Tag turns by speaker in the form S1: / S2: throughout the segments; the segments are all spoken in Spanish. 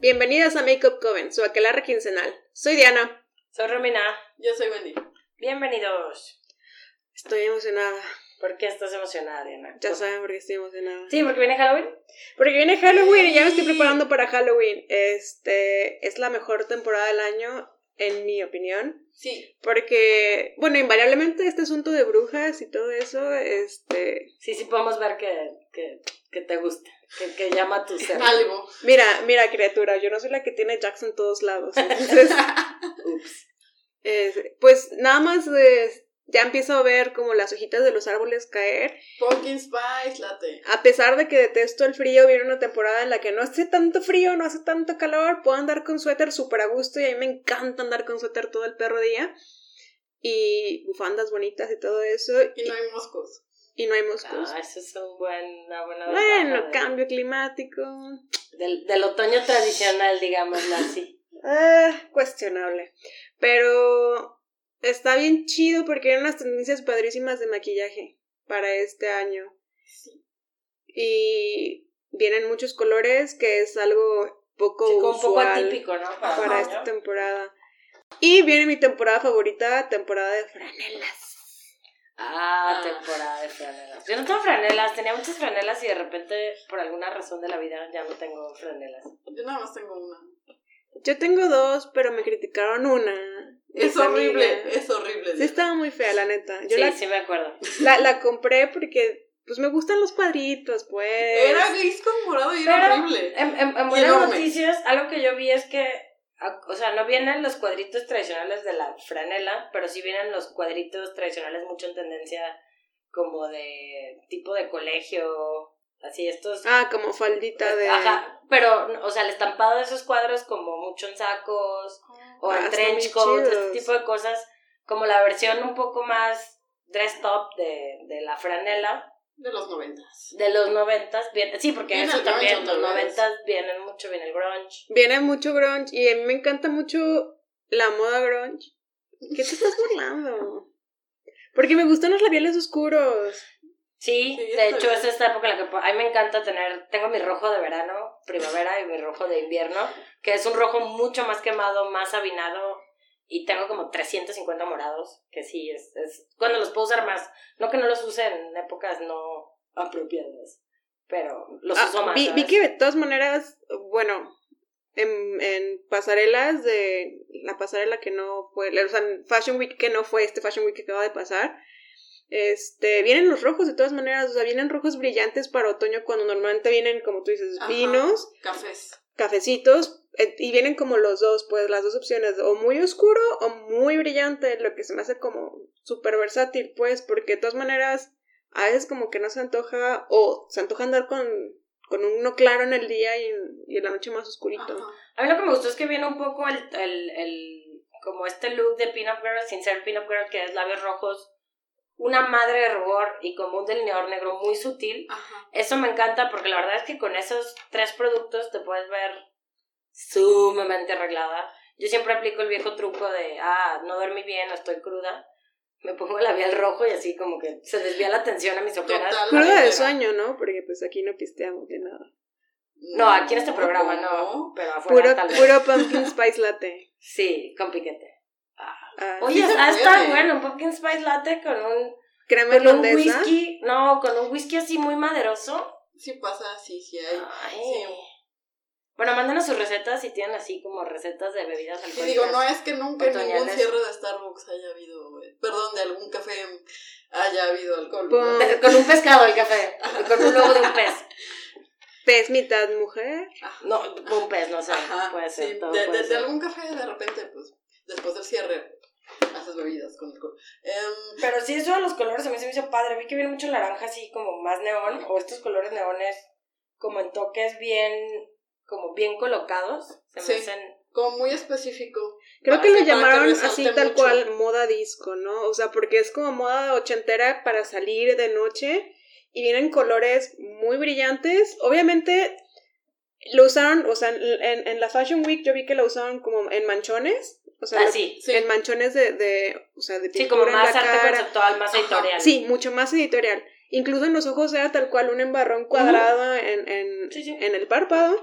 S1: Bienvenidas a Makeup Coven, su aquelarre quincenal. Soy Diana.
S2: Soy Romina.
S3: Yo soy Wendy.
S2: Bienvenidos.
S1: Estoy emocionada.
S2: ¿Por qué estás emocionada, Diana?
S1: Ya
S2: Por-
S1: saben por qué estoy emocionada.
S2: Sí, porque viene Halloween.
S1: Porque viene Halloween y ya me estoy preparando para Halloween. Este es la mejor temporada del año, en mi opinión.
S3: Sí.
S1: Porque, bueno, invariablemente este asunto de brujas y todo eso, este.
S2: Sí, sí, podemos ver que, que, que te gusta, que, que llama a tu ser.
S3: Algo.
S1: Mira, mira, criatura, yo no soy la que tiene Jackson en todos lados. Entonces,
S2: Ups.
S1: es- pues nada más eh, ya empiezo a ver como las hojitas de los árboles caer
S3: Pumpkin Spice Latte.
S1: A pesar de que detesto el frío, viene una temporada en la que no hace tanto frío, no hace tanto calor, puedo andar con suéter súper a gusto y a mí me encanta andar con suéter todo el perro día. Y bufandas bonitas y todo eso,
S3: Y no hay moscos.
S1: y no hay moscos.
S2: Ah, eso es un buen, una buena ventaja
S1: bueno,
S2: de-
S1: cambio climático.
S2: del, del otoño tradicional, digámoslo así.
S1: Ah, cuestionable. Pero está bien chido porque hay unas tendencias padrísimas de maquillaje para este año.
S3: Sí.
S1: Y vienen muchos colores, que es algo poco
S2: Sí, como
S1: usual.
S2: un poco atípico, ¿no?
S1: para
S2: Para,
S1: este
S2: otoño.
S1: esta temporada. Y viene mi temporada favorita, temporada de franelas.
S2: Ah, temporada de franelas. Yo no tengo franelas, tenía muchas franelas y de repente, por alguna razón de la vida, ya no tengo franelas.
S3: Yo nada más tengo una.
S1: Yo tengo dos, pero me criticaron una. Mi
S3: Es horrible,
S1: familia.
S3: es horrible.
S1: Sí, estaba muy fea, la neta. Yo
S2: sí,
S1: la,
S2: sí me acuerdo.
S1: la, la compré porque pues me gustan los cuadritos, pues.
S3: Era gris con morado y era
S2: Pero-
S3: horrible.
S2: En, en- en buenas
S3: Enorme.
S2: noticias, algo que yo vi es que, a- o sea, no vienen los cuadritos tradicionales de la franela, pero sí vienen los cuadritos tradicionales mucho en tendencia como de tipo de colegio, así estos...
S1: Ah, como faldita de.
S2: Ajá, pero, o sea, el estampado de esos cuadros como mucho en sacos o
S1: Ah,
S2: en
S1: están bien
S2: trench coats,
S1: chidos.
S2: este tipo de cosas, como la versión un poco más dressed up de, de la franela,
S3: De los noventas.
S2: de los noventas, bien, sí, porque
S3: Viene
S2: eso
S3: el grunge
S2: también, los
S3: otra vez.
S2: noventas vienen mucho, viene el grunge.
S1: Viene mucho grunge y a mí me encanta mucho la moda grunge. ¿Qué te estás burlando? Porque me gustan los labiales oscuros.
S2: Sí,
S3: Sí,
S2: de
S3: está
S2: hecho
S3: bien.
S2: es esta época en la que po- a mí me encanta tener, tengo mi rojo de verano, primavera y mi rojo de invierno, que es un rojo mucho más quemado, más avinado y tengo como 350 morados, que sí, es, es cuando los puedo usar más, no que no los use en épocas no apropiadas, pero los
S1: Ah,
S2: uso más.
S1: vi, vi
S2: ¿sabes?
S1: que de todas maneras, bueno, en, en pasarelas de la pasarela que no fue, o sea, en Fashion Week que no fue este Fashion Week que acaba de pasar, este, vienen los rojos de todas maneras, o sea, vienen rojos brillantes para otoño cuando normalmente vienen, como tú dices,
S3: Ajá.
S1: vinos,
S3: Cafés.
S1: cafecitos, eh, y vienen como los dos, pues las dos opciones, o muy oscuro o muy brillante, lo que se me hace como súper versátil, pues, porque de todas maneras, a veces como que no se antoja, o se antoja andar con, con uno claro en el día y, y en la noche más oscurito.
S3: Ajá.
S2: A mí lo que me gustó es que viene un poco el, el, el como este look de Pinup Girl, sin ser Pinup Girl, que es labios rojos, una madre de rubor y como un delineador negro muy sutil.
S3: Ajá.
S2: Eso me encanta porque la verdad es que con esos tres productos te puedes ver sumamente arreglada. Yo siempre aplico el viejo truco de, ah, no dormí bien, estoy cruda. Me pongo el labial rojo y así como que se desvía la atención a mis ojeras.
S3: Total.
S1: Cruda de
S3: Era.
S1: sueño, ¿no? Porque pues aquí no pisteamos de nada.
S2: No, aquí en este programa no, pero afuera
S1: Puro,
S2: tal vez.
S1: puro pumpkin spice latte.
S2: Sí, con piquete.
S1: Ah,
S2: Oye,
S3: se
S2: ah, está
S3: puede.
S2: bueno, un pumpkin spice latte con un,
S1: crema
S2: con un
S1: irlandesa.
S2: whisky, no, con un whisky así muy maderoso.
S3: Sí pasa, sí, sí hay.
S2: Ay.
S3: sí.
S2: Bueno, mándanos sus recetas si tienen así como recetas de bebidas
S3: Y
S2: alcohólicas.
S3: digo, no es que nunca en ningún
S2: Otoñales.
S3: cierre de Starbucks haya habido, eh, perdón, de algún café haya habido alcohol.
S1: Pum.
S3: ¿verdad?
S2: Con un pescado el café, con un logo de un pez.
S1: Pez mitad mujer.
S3: Ajá.
S2: No, un pez, no sé,
S3: Ajá,
S2: puede ser,
S3: sí,
S2: todo
S3: de,
S2: puede
S3: de- de
S2: ser.
S3: algún café de repente, pues, después del cierre, haces bebidas con alcohol. Em,
S2: Pero sí, eso de los colores a mí se me hizo padre. Vi que viene mucho naranja así como más neón, o estos colores neones como en toques bien, como bien colocados. Se me
S3: Sí.
S2: hacen...
S3: como muy específico.
S1: Creo
S2: Ah,
S3: Para
S1: que lo
S3: para
S1: llamaron
S3: resalte
S1: así tal
S3: mucho.
S1: cual moda disco, ¿no? O sea, porque es como moda ochentera para salir de noche y vienen colores muy brillantes. Obviamente lo usaron, o sea, en, en la Fashion Week yo vi que lo usaron como en manchones, O sea,
S2: Ah,
S1: lo-
S2: sí.
S3: Sí.
S1: en manchones de, de, o sea, de
S2: Sí, como
S1: pintura en
S2: más
S1: la
S2: arte
S1: cara.
S2: conceptual, más
S3: Ajá.
S2: editorial.
S1: Sí, mucho más editorial. Incluso en los ojos era tal cual un embarrón cuadrado en, en,
S2: Sí, sí.
S1: en el párpado.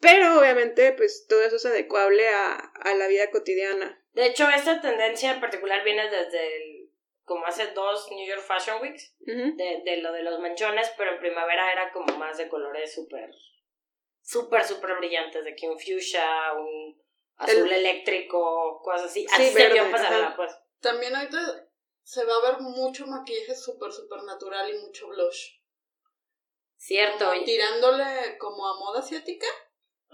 S1: Pero obviamente, pues todo eso es adecuable a, a la vida cotidiana.
S2: De hecho, esta tendencia en particular viene desde el- como hace dos New York Fashion Weeks,
S1: Ujú.
S2: de, de lo de los manchones, pero en primavera era como más de colores súper, súper, súper brillantes, de que un fuchsia, un azul eléctrico, cosas así.
S1: Sí,
S2: Así se
S1: verde,
S2: vio pasarela,
S1: ajá.
S2: pues.
S3: También ahorita se va a ver mucho maquillaje súper, súper natural y mucho blush.
S2: Cierto.
S3: Como
S2: y-
S3: tirándole como a moda asiática,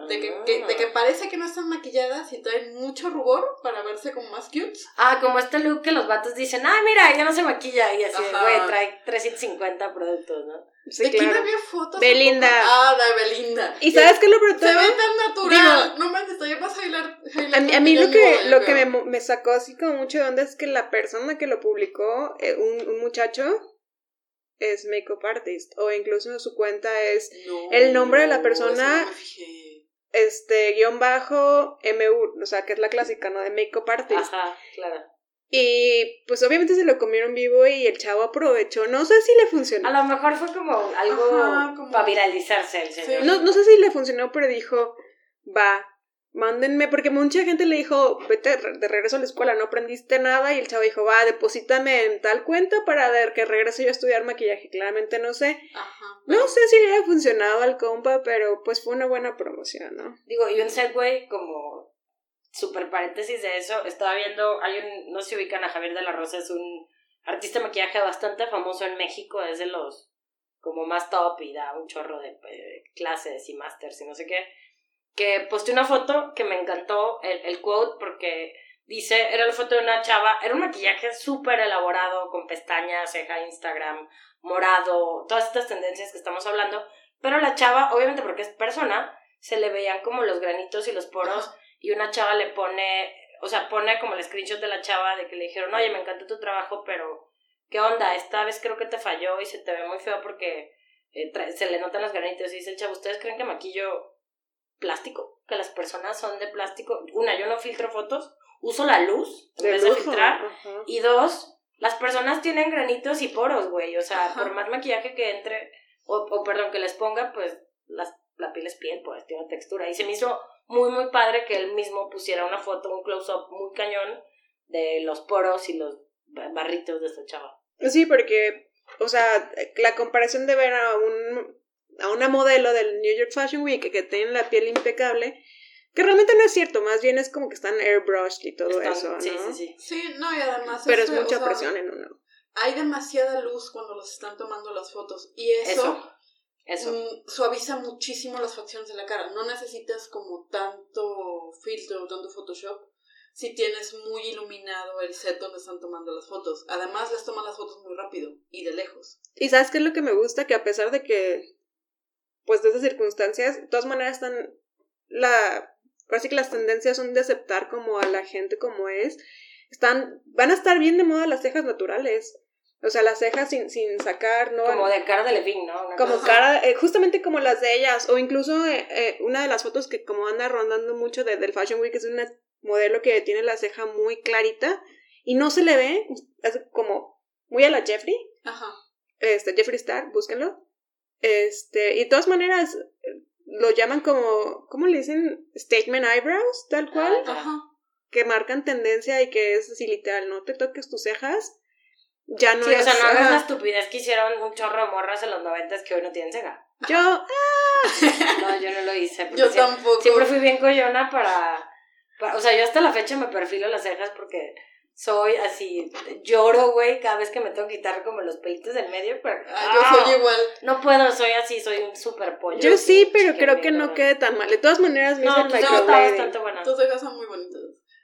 S3: de que,
S2: Ah.
S3: que- de que parece que no están maquilladas y traen mucho rubor para verse como más cute.
S2: Ah, como este look que los vatos dicen, ah, mira, ella no se maquilla. Y así,
S3: Ajá.
S2: güey, trae 350 productos, ¿no?
S1: Sí,
S3: ¿De
S1: claro.
S3: quién había fotos?
S1: Belinda.
S3: Ah, de Belinda.
S1: ¿Y sabes qué es lo
S3: Se ve
S1: brutal?
S3: tan natural.
S1: Digo-
S3: no me estoy vas a bailar.
S1: A mí, a mí lo que, lo que me, mo- me sacó así como mucho de onda es que la persona que lo publicó, eh, un, un muchacho, es makeup artist. O incluso en su cuenta es el nombre de la persona- este guión bajo MU, o sea, que es la clásica, ¿no? De makeup artist.
S2: Ajá, claro.
S1: Y pues obviamente se lo comieron vivo y el chavo aprovechó. No sé si le funcionó.
S2: A lo mejor fue como algo
S3: Ajá, como-
S2: para viralizarse el señor.
S3: Sí.
S1: No, no sé si le funcionó, pero dijo, va, mándenme, porque mucha gente le dijo, vete re- de regreso a la escuela, no aprendiste nada, y el chavo dijo, va, deposítame en tal cuenta para ver que regrese yo a estudiar maquillaje. Claramente no sé.
S3: Ajá.
S1: No sé si le haya funcionado al compa, pero pues fue una buena promoción, ¿no?
S2: Digo, y un segue como super paréntesis de eso, estaba viendo, hay un, no sé si ubican a Javier de la Rosa, es un artista de maquillaje bastante famoso en México, es de los como más top y da un chorro de eh, clases y másters y no sé qué, que posté una foto que me encantó el, el quote porque dice, era la foto de una chava, era un maquillaje súper elaborado, con pestañas, ceja, Instagram, morado, todas estas tendencias que estamos hablando, pero la chava, obviamente porque es persona, se le veían como los granitos y los poros y una chava le pone, o sea, pone como el screenshot de la chava de que le dijeron, oye, me encanta tu trabajo, pero ¿qué onda? Esta vez creo que te falló y se te ve muy feo porque eh, tra- se le notan los granitos y dice el chavo, ¿ustedes creen que maquillo plástico? Que las personas son de plástico. Una, yo no filtro fotos, uso la luz en vez de
S1: lujo,
S2: filtrar.
S1: ajá.
S2: Y dos, las personas tienen granitos y poros, güey. O sea,
S3: Ajá.
S2: por más maquillaje que entre, o, o perdón, que les ponga, pues las, la piel es piel, pues tiene textura. Y se me hizo muy, muy padre que él mismo pusiera una foto, un close-up muy cañón de los poros y los ba- barritos de esta chava.
S1: Sí, porque, o sea, la comparación de ver a un a una modelo del New York Fashion Week que tiene la piel impecable, que realmente no es cierto, más bien es como que están airbrushed y todo
S2: Están-
S1: eso, ¿no?
S2: sí, sí, sí.
S3: Sí, no, y además.
S1: Pero es
S3: este,
S1: mucha
S3: o sea,
S1: presión en uno.
S3: Hay demasiada luz cuando los están tomando las fotos. Y eso,
S2: Eso. Eso.
S3: mm, suaviza muchísimo las facciones de la cara. No necesitas como tanto filtro, tanto Photoshop. Si tienes muy iluminado el set donde están tomando las fotos. Además, les toman las fotos muy rápido y de lejos.
S1: Y sabes qué es lo que me gusta, que a pesar de que, pues de esas circunstancias, de todas maneras están, la, casi que las tendencias son de aceptar como a la gente como es, están, van a estar bien de moda las cejas naturales. O sea, las cejas sin, sin sacar, no van-
S2: Como de cara de Levin, ¿no? Una
S1: como
S2: cosa-
S1: cara, eh, justamente como las de ellas, o incluso eh, eh, una de las fotos que como anda rondando mucho de- del Fashion Week es una modelo que tiene la ceja muy clarita y no se le ve, es como muy a la Jeffrey,
S3: Ajá.
S1: este, Jeffrey Star, búsquenlo. Este, y de todas maneras eh, lo llaman como, ¿cómo le dicen? Statement eyebrows, tal cual,
S2: Ah,
S3: Ajá.
S1: que marcan tendencia y que es así literal, no te toques tus cejas, ya no
S2: Sí, o
S1: es,
S2: sea, no hagas
S1: ajá.
S2: la estupidez que hicieron un chorro de morras en los noventas que hoy no tienen ceja.
S1: yo,
S2: No, yo no lo hice. porque
S3: Yo
S2: siempre-
S3: tampoco.
S2: Siempre fui bien coyona para, para- O sea, yo hasta la fecha me perfilo las cejas porque soy así. Lloro, güey, cada vez que me tengo que quitar como los pelitos del medio. Pero,
S3: Ah, yo soy
S2: ¡Ah!
S3: igual.
S2: No puedo, soy así, soy un super pollo.
S1: yo sí, pero creo que no
S2: queda
S1: quede tan mal. De todas maneras, me
S2: No, pues
S1: hice
S2: tú
S1: el
S2: está
S1: microblading.
S2: bastante buena.
S3: Tus cejas son muy bonitas.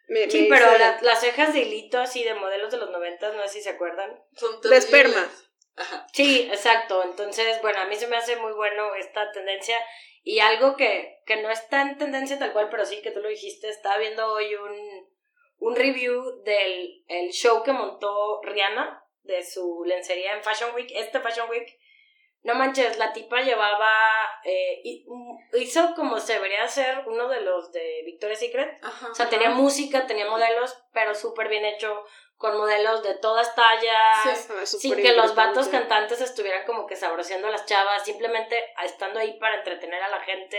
S1: Me- me
S2: Sí, pero
S1: hice-
S2: la- las cejas de hilito así de modelos de los noventas, no sé si se acuerdan.
S3: Son
S1: La esperma.
S3: terribles. Ajá.
S2: Sí, exacto. Entonces, bueno, a mí se me hace muy bueno esta tendencia y algo que, que no está en tendencia tal cual, pero sí que tú lo dijiste, estaba viendo hoy un, un review del el show que montó Rihanna de su lencería en Fashion Week, este Fashion Week, No manches, la tipa llevaba. eh, hi- mm, hizo como se debería hacer uno de los de Victoria's Secret.
S3: Ajá.
S2: O sea, tenía música, tenía modelos, pero súper bien hecho, con modelos de todas tallas.
S3: Sí.
S1: Ah,
S2: Sin
S1: súper
S2: que los vatos
S1: importante.
S2: cantantes estuvieran como que sabroseando a las chavas, simplemente estando ahí para entretener a la gente.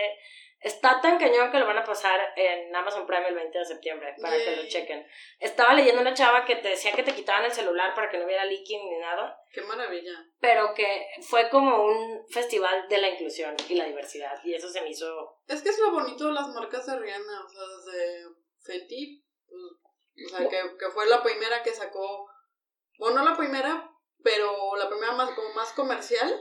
S2: Está tan cañón que lo van a pasar en Amazon Prime el 20 de septiembre, para que lo
S3: Yay.
S2: chequen. Estaba leyendo una chava que te decía que te quitaban el celular para que no hubiera leaking ni nada
S3: Qué maravilla.
S2: pero que fue como un festival de la inclusión y la diversidad y eso se me hizo
S3: Es que es lo bonito de las marcas de Rihanna, o sea, desde Fenty, pues, o sea, que, que fue la primera que sacó, bueno, no la primera, pero la primera más como más comercial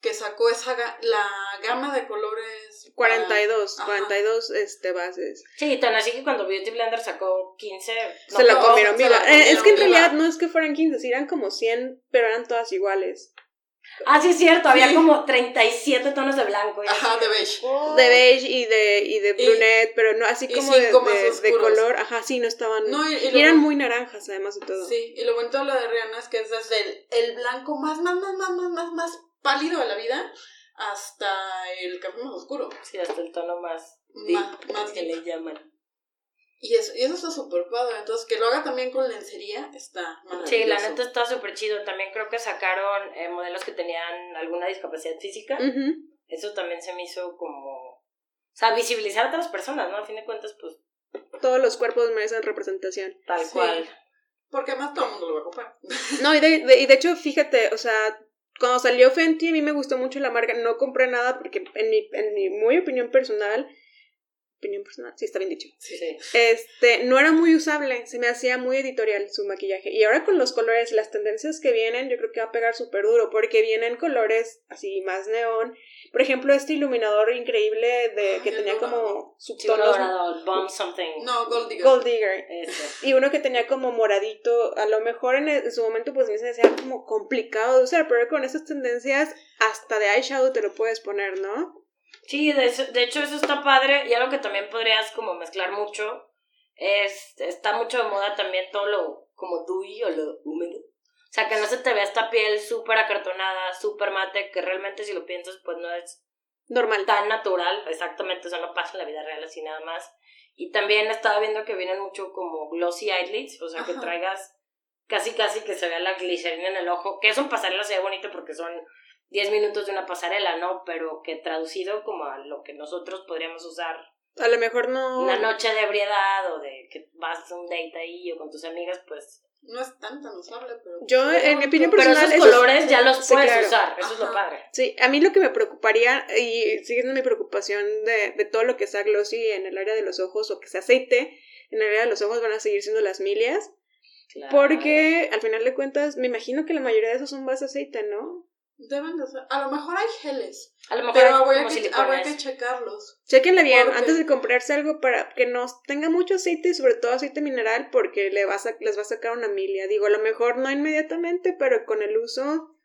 S3: que sacó esa ga- la gama de colores. para-
S1: 42,
S3: Ajá.
S1: 42 este, bases.
S2: sí tan así que cuando Beauty Blender sacó 15
S1: se la
S3: no,
S1: comieron
S3: se
S1: viva.
S3: la
S1: Eh,
S3: comieron
S1: es que en
S3: viva.
S1: realidad no es que fueran 15, sí eran como 100, pero eran todas iguales.
S2: ah sí es cierto había
S3: Sí.
S2: como 37 tonos de blanco y Oh.
S3: Ajá, de beige.
S1: De beige y de, y de brunette, pero no así
S3: y
S1: como de,
S3: cinco más
S1: de- de
S3: oscuros.
S1: color. Ajá, sí, no estaban.
S3: No, y, y
S1: y
S3: lo-
S1: eran muy naranjas, además de todo.
S3: Sí, y lo bonito de lo de Rihanna es que es desde el, el blanco más, más, más, más, más, más, más pálido de la vida hasta el café más oscuro.
S2: sí hasta el tono más
S3: Ma-
S2: deep,
S3: más
S2: que
S3: deep.
S2: le llaman
S3: Y eso, y eso está súper padre. Entonces, que lo haga también con lencería está maravilloso.
S2: sí la neta está súper chido también creo que sacaron eh, modelos que tenían alguna discapacidad física
S3: Mm.
S1: Ujú.
S2: eso también se me hizo como o sea visibilizar a otras personas no a fin de cuentas pues
S1: Todos los cuerpos merecen representación.
S2: tal
S3: Sí.
S2: cual
S3: Porque además todo el mundo lo va a comprar.
S1: No, y de, de- y de hecho, fíjate, o sea, cuando salió Fenty, a mí me gustó mucho la marca. No compré nada porque, en mi, en mi muy opinión personal, opinión personal, sí está bien dicho.
S2: sí.
S1: Este, no era muy usable, se me hacía muy editorial su maquillaje. Y ahora con los colores y las tendencias que vienen, yo creo que va a pegar súper duro, porque vienen colores así más neón. Por ejemplo, este iluminador increíble de,
S2: Ah,
S3: Ay,
S1: que
S3: el
S1: tenía
S3: dorado.
S1: como
S2: Chivo
S1: subtonos
S2: dorado, bomb something.
S3: No, Gold Digger.
S1: Gold Digger.
S2: Ese.
S1: Y uno que tenía como moradito, a lo mejor en, en su momento pues me se me hacía como complicado de usar, pero con esas tendencias hasta de eyeshadow te lo puedes poner, ¿no?
S2: Sí, de, eso- de hecho eso está padre y algo que también podrías como mezclar mucho es, está mucho de moda también todo lo como dewy o lo húmedo. O sea, que no se te vea esta piel súper acartonada, súper mate, que realmente si lo piensas pues no es
S1: Normal.
S2: tan natural, exactamente, o sea, no pasa en la vida real así nada más. Y también estaba viendo que vienen mucho como glossy eyelids, o sea, que
S3: Ajá.
S2: traigas casi casi que se vea la glicerina en el ojo, que eso en pasarela se ve bonito porque son 10 minutos de una pasarela, ¿no? Pero que traducido como a lo que nosotros podríamos usar
S1: A lo mejor no...
S2: una noche de ebriedad o de que vas a un date ahí o con tus amigas, pues...
S3: No es tan tan usable, pero...
S1: Yo, en mi opinión
S2: Pero
S1: personal...
S2: esos
S1: esos-
S2: colores ya los
S1: Sí,
S2: puedes
S1: claro.
S2: usar, eso es lo
S3: Ajá.
S2: padre.
S1: Sí, a mí lo que me preocuparía, y sigue siendo mi preocupación de, de todo lo que sea glossy en el área de los ojos o que sea aceite en el área de los ojos van a seguir siendo las milias,
S2: Claro.
S1: porque al final de cuentas me imagino que la mayoría de esos son base aceite, ¿no?
S3: Deben de ser... A lo mejor hay geles,
S2: A lo mejor
S3: pero
S2: hay
S3: habría
S2: como
S3: que,
S2: silicones.
S3: habría que checarlos.
S1: Chequenle bien
S3: Porque-
S1: antes de comprarse algo para que no tenga mucho aceite y sobre todo aceite mineral porque le vas a, les va a sacar una milia. Digo, a lo mejor no inmediatamente, pero con el uso,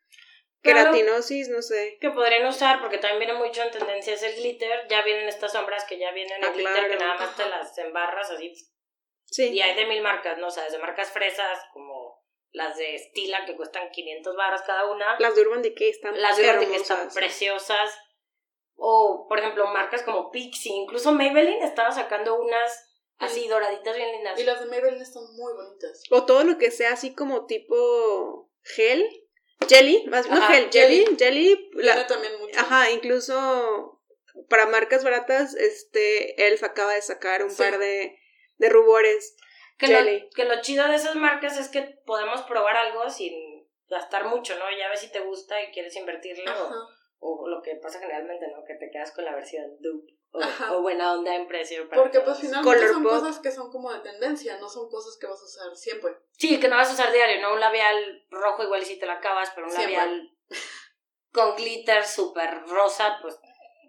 S2: Claro.
S1: queratinosis, no sé.
S2: que podrían usar, porque también viene mucho en tendencia es el glitter, ya vienen estas sombras que ya vienen en
S1: Ah,
S2: glitter,
S1: claro.
S2: que nada más te
S3: Ajá.
S2: las embarras así, y
S1: Sí.
S2: hay de mil marcas, ¿no? O sea, desde marcas fresas, como las de Stila, que cuestan 500 barras cada una,
S1: Las de Urban Decay están
S2: las de Urban que están
S1: hermosas.
S2: preciosas, o, por ejemplo, marcas como Pixie, incluso Maybelline estaba sacando unas así doraditas bien lindas.
S3: Y las de Maybelline están muy bonitas.
S1: O todo lo que sea así como tipo gel, jelly, más, no
S2: Ajá,
S1: gel, jelly, jelly, la-
S3: Viene también mucho.
S1: ajá, incluso para marcas baratas, este, Elf acaba de sacar un
S3: Sí.
S1: par de, de rubores.
S2: Que lo,
S1: Jelly.
S2: que lo chido de esas marcas es que podemos probar algo sin gastar mucho, ¿no? Ya ves si te gusta y quieres invertirlo. o-
S3: Ajá.
S2: o lo que pasa generalmente, ¿no? Que te quedas con la versión dupe o,
S3: Ajá.
S2: o buena onda en precio. para
S3: Porque pues
S2: todos.
S3: finalmente
S1: Color
S3: son
S1: pop.
S3: cosas que son como de tendencia, no son cosas que vas a usar siempre.
S2: Sí, que no vas a usar diario, ¿no? Un labial rojo igual y si te lo acabas, pero un
S3: Siempre.
S2: labial con glitter súper rosa, pues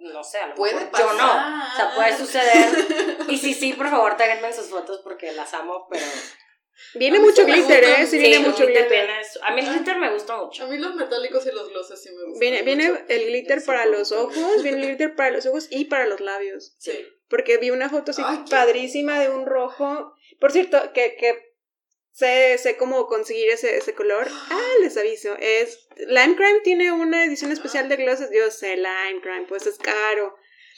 S2: no sé, a lo
S3: Puede
S2: mejor
S3: pasar.
S2: yo no. O sea, puede suceder. Y sí, sí, por favor, táguenme en sus fotos porque las amo, pero...
S1: Viene
S3: A mí
S1: mucho
S3: se me
S1: glitter,
S3: gustan.
S1: eh, sí
S3: Ah, Sí,
S1: viene
S2: el
S1: mucho
S2: glitter
S1: glitter.
S2: viene su- A mí el glitter me gusta mucho.
S3: A mí los metálicos y los glosses sí me gustan.
S1: Viene, eh,
S3: mucho.
S1: viene el glitter
S3: Sí,
S1: para
S3: por
S1: los
S3: favor.
S1: ojos, viene el glitter para los ojos y para los labios.
S3: Sí.
S1: Porque vi una foto así
S3: Ay, qué-
S1: padrísima de un rojo. Por cierto, que, que Sé, sé cómo conseguir ese, ese color. Ah, les aviso. Es. Lime Crime tiene una edición
S3: Ah.
S1: especial de glosses. Yo sé, Lime Crime, pues es caro.